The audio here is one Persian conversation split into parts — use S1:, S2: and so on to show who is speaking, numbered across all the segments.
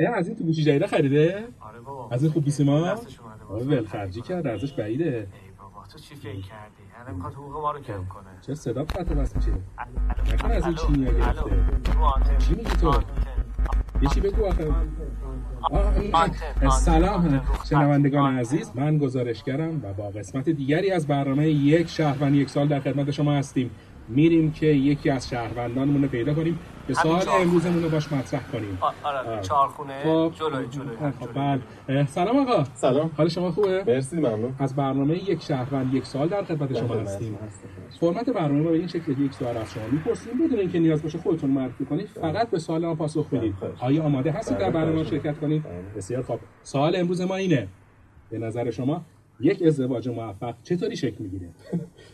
S1: اه، از این تو گوشی جدیده خریده
S2: آره بابا
S1: از این خوب بیسیم ها
S2: دستش اومده
S1: آره
S2: باز.
S1: ولخرجی کرد ارزش بعیده
S2: ای بابا تو چی فکر کردی؟ الان میخواد حقوق ما رو کم کنه
S1: چرا صدا قطع بس میشه
S2: الو، الو،
S1: نکنه از این
S2: الو،
S1: چینی
S2: الو،
S1: گرفته
S2: رو آنتن.
S1: چی میگی تو؟
S2: آنتن.
S1: یه چی بگو آخه آه، این-
S2: آنتن، آنتن،
S1: سلام
S2: آنتن.
S1: شنوندگان
S2: آنتن.
S1: عزیز من گزارشگرم و با قسمت دیگری از برنامه یک شهروند یک سال در خدمت شما هستیم میریم که یکی از شهروندانمون رو پیدا کنیم که
S2: همین
S1: سال
S2: جا.
S1: امروزمون رو باش مطرح کنیم
S2: آ- آره
S1: آه.
S2: چهارخونه
S1: خب.
S2: جلوی جلوی
S1: آه،
S2: هم،
S1: خب
S2: جلوی
S1: بله اه، سلام آقا
S3: سلام
S1: حال شما خوبه
S3: مرسی ممنون
S1: از برنامه یک شهروند یک سال در خدمت شما هستیم فرمت برنامه ما به این شکل یک سوال از شما میپرسیم بدون اینکه نیاز باشه خودتون رو معرفی کنید فقط به سوال ما پاسخ بدید
S3: بله.
S1: آیا آماده هستید در
S3: بله،
S1: برنامه ما
S3: بله.
S1: شرکت کنید
S3: بله.
S1: بسیار خوب سوال امروز ما اینه به نظر شما یک ازدواج موفق چطوری شکل میگیره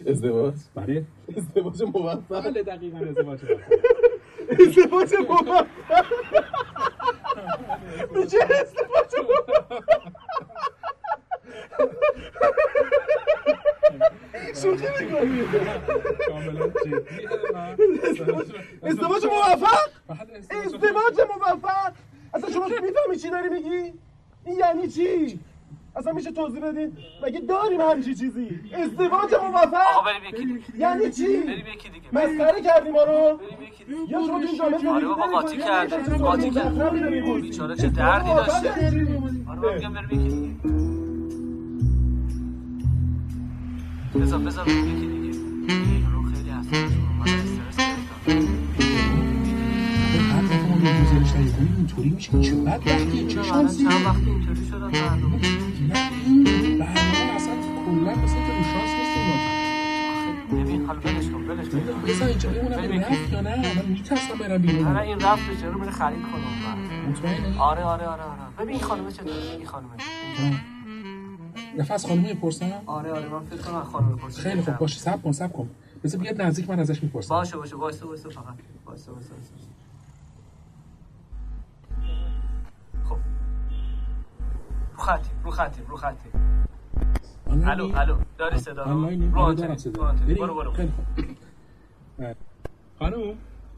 S3: ازدواج
S1: بله
S3: ازدواج موفق
S1: بله دقیقاً ازدواج
S3: ازدواج موفق میگه ازدواج شوخی میکنی
S1: کاملا جدیه و-
S3: ازدواج موفق
S1: بله، ازدواج-
S3: ازدواج موفق اصلا شما میفهمی چی داری میگی این یعنی چی اصلا میشه توضیح بدین مگه داریم همچی چیزی ازدواج
S2: آقا
S3: موفق
S2: بریم یکی دیگه
S3: یعنی چی
S2: بریم یکی دیگه
S3: مسخره کردی ما رو
S2: بریم یکی دیگه
S3: یا شما تو این جامعه
S2: آره بابا قاطی کرد قاطی کرد بیچاره چه دردی داشت آره بابا میگم بریم یکی دیگه بذار بذار بریم یکی دیگه رو خیلی اصلا من استرس گرفتم
S1: هر دفعه ما یه گزارش تهیه کنیم، اینطوری میشه چه بدبختی، چه
S2: چرا الان
S1: شانسی
S2: چند وقت اینطوری شدم مردم
S1: برنامه اصلا کلا مثل که رو شانس نیست
S2: ببین حالا ولش کن ولش کن
S1: بزن اینجا بمونم
S2: ببین
S1: این رفت یا نه من میترسم برم بیرون
S2: نه این رفت بیچاره میره خرید کنه اون وقت.
S1: مطمئنی
S2: آره آره آره آره ببین این خانمه چطور این خانمه
S1: نفس خانم میپرسم
S2: آره آره من فکر کنم خانم پرسید
S1: خیلی خوب باشه سب کن سب کن بذار بیاد نزدیک من ازش میپرسم
S2: باشه باشه وایسا وایسا فقط وایسا وایسا وایسا. خب رو خطیم رو خطیم رو خطیم الو الو داری صدا رو
S1: آنلاین
S2: رو آنتن
S1: دارم
S2: رو
S1: صدا
S2: آنتن.
S1: بریم.
S2: برو برو
S1: خیلی خوب بله. خانم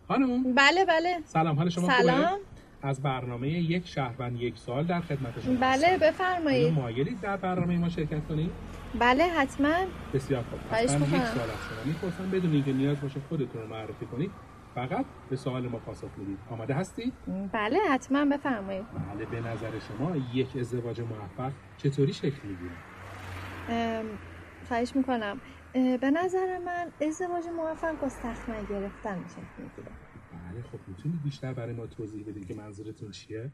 S1: خانم
S4: بله بله
S1: سلام حال شما
S4: سلام.
S1: خوبه از برنامه یک شهروند یک سال در خدمت شما
S4: بله
S1: آیا
S4: بفرمایید
S1: مایلید در برنامه ما شرکت کنید
S4: بله حتما
S1: بسیار خوب
S4: خواهش
S1: پس من یک
S4: می‌کنم.
S1: سوال از شما میپرسم بدون اینکه نیاز باشه خودتون رو معرفی کنید فقط به سوال ما پاسخ میدید آماده هستید
S4: بله حتما بفرمایید
S1: بله به نظر شما یک ازدواج موفق چطوری شکل میگیره
S4: ام، خواهش میکنم به نظر من ازدواج موفق با سخت گرفتن میشه میگیره
S1: بله خب میتونید بیشتر برای ما توضیح بدید که منظورتون چیه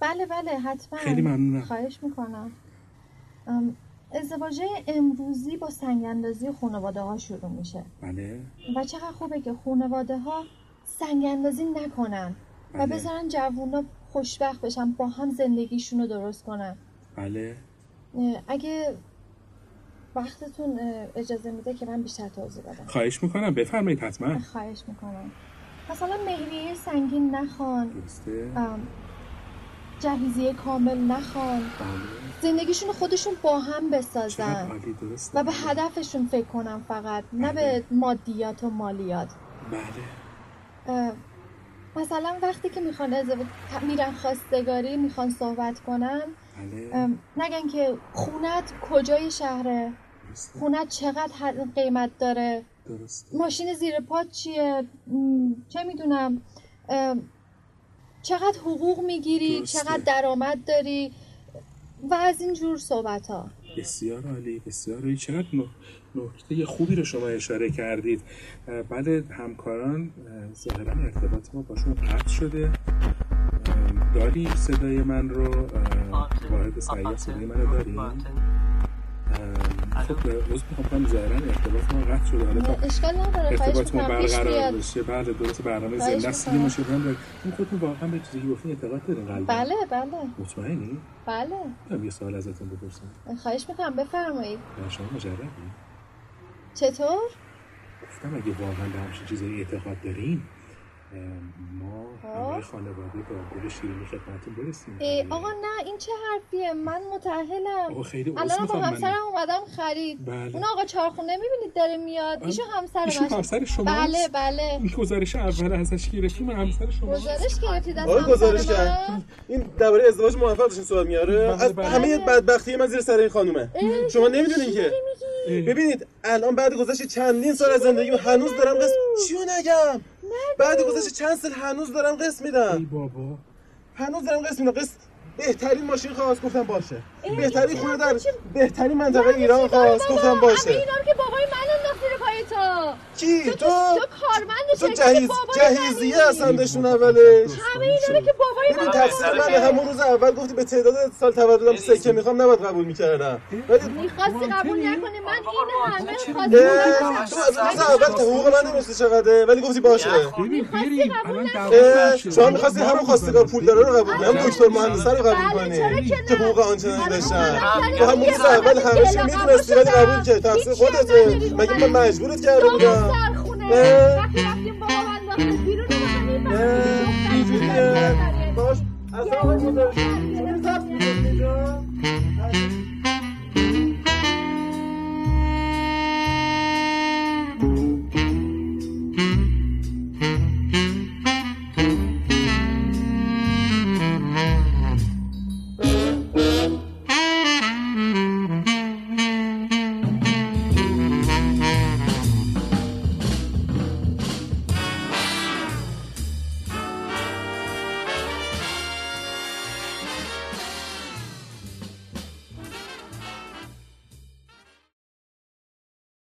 S4: بله بله حتما
S1: خیلی ممنونم.
S4: خواهش میکنم ازدواج امروزی با سنگ اندازی خانواده ها شروع میشه
S1: بله
S4: و چقدر خوبه که خانواده ها سنگ اندازی نکنن و
S1: بله.
S4: بذارن جوونا خوشبخت بشن با هم زندگیشون رو درست کنن
S1: بله
S4: اه، اگه وقتتون اه، اجازه میده که من بیشتر توضیح بدم
S1: خواهش میکنم بفرمایید حتما
S4: خواهش میکنم مثلا مهریه سنگین نخوان
S1: درسته
S4: ام، جهیزیه کامل نخوان
S1: بله
S4: زندگیشون رو خودشون با هم
S1: چقدر
S4: بسازن
S1: عالی درسته
S4: بله. و به هدفشون فکر کنن فقط نه به مادیات و مالیات
S1: بله
S4: اه، مثلا وقتی که میخوان ازدواج میرن خواستگاری میخوان صحبت کنن
S1: بله
S4: ام، نگن که خونت کجای شهره
S1: درسته
S4: خونه چقدر هر- قیمت داره
S1: درسته
S4: ماشین زیر پات چیه م، چه میدونم چقدر حقوق میگیری
S1: درسته.
S4: چقدر درآمد داری و از این جور صحبت ها
S1: بسیار عالی بسیار عالی چقدر ن- نکته خوبی رو شما اشاره کردید اه، بله همکاران اه، ظاهرا ارتباط ما باشون قطع شده اه، داریم صدای من رو اه،
S2: آنتن.
S1: واحد سعیه صدای من رو داریم اه،
S2: آنتن.
S1: خب عضو میخوام کنم ظاهرا ارتباط ما قطع شده حالا تا
S4: اشکال نداره خواهش
S1: ارتباط ما
S4: میکنم پیش
S1: برقرار
S4: بیاد
S1: بشه بله درست برنامه
S4: خواهش
S1: زنده است
S4: می‌کنم.
S1: ما شده هم داریم این خودتون واقعا به چیزی که گفتین اعتقاد دارین قلبا
S4: بله بله
S1: مطمئنی؟
S4: بله
S1: می‌تونم یه سوال ازتون بپرسم
S4: خواهش میکنم بفرمایید
S1: در شما مجردی؟
S4: چطور
S1: گفتم اگه واقعا به همچین چیزایی اعتقاد دارین ما
S4: آه.
S1: همه خانواده با گل شیرینی خدمتتون برسیم یعنی
S4: اه، آقا نه این چه حرفیه من متعهلم
S1: آقا خیلی عذر
S4: الان با
S1: میخوام من
S4: همسرم اومدم خرید
S1: بله.
S4: اون آقا چارخونه میبینید داره میاد
S1: آه.
S4: ایشون همسر
S1: ایشون
S4: من
S1: همسر شماست
S4: بله بله
S1: این گزارش اول ازش گرفتیم همسر شماست
S4: گزارش گرفتید از
S3: آقا گزارش
S4: همسر من
S3: کرد این درباره ازدواج موفق داشتین صحبت میاره
S1: بله،
S3: از
S1: بله.
S3: همه بدبختی من زیر سر این خانومه شما نمیدونین که
S1: اه.
S3: ببینید الان بعد گذشت چندین سال از زندگیم هنوز دارم قسم چیو نگم بعد گذشت چند سال هنوز دارم قسم
S1: ای
S3: میدم
S1: بابا
S3: هنوز دارم قسم میدم قسم بهترین ماشین خواست گفتم باشه
S4: ای،
S3: بهترین
S4: چی
S3: خونه
S4: رفت؟
S3: در
S4: چی-
S3: بهترین منطقه ایران
S4: چیکار
S3: خواست
S4: بابا؟
S3: گفتم
S4: همه
S3: باشه
S4: اینا رو که بابای من انداختی رو پای تو
S3: کی
S4: تو
S3: تو
S4: که- تو کارمند
S3: تو
S4: شرکت
S3: جهیز
S4: بابای
S3: جهیزیه
S4: منی.
S3: هستم داشتون اولش
S4: همه اینا رو که بابای
S3: ببین
S4: من
S3: تقصیر
S2: پسر
S3: من
S2: بده.
S3: همون روز اول گفتی به تعداد سال تولدم
S2: بریز.
S3: سکه میخوام نباید قبول میکردم ولی
S4: میخواستی قبول نکنی من
S2: بابا،
S4: این همه
S2: قربان، چرا
S4: خواستم
S3: اه، تو از روز اول که حقوق من نمیشه چقدره ولی گفتی باشه
S1: ببین بریم الان
S3: اه،
S1: دعوا نشه.
S3: شما میخواستی همون خواستگار پول داره رو قبول کنی همون دکتر مهندسه رو قبول
S4: بله چرا
S3: کنی
S4: که
S3: که
S4: نه
S3: حقوق آنچنانی داشتن
S2: بله،
S3: تو همون روز اول همه چی میدونستی ولی قبول کردی تقصیر خودته مگه من مجبورت کرده بودم اه.
S4: وقتی رفتیم بابا من واسه بیرون اومدیم، من
S3: اه،
S4: گفتم،
S3: اینجوریه باش از
S4: یه
S3: آقای
S4: روز
S3: مدرسه
S4: من
S3: چطوری ثبت می‌کنی اینجا؟ از-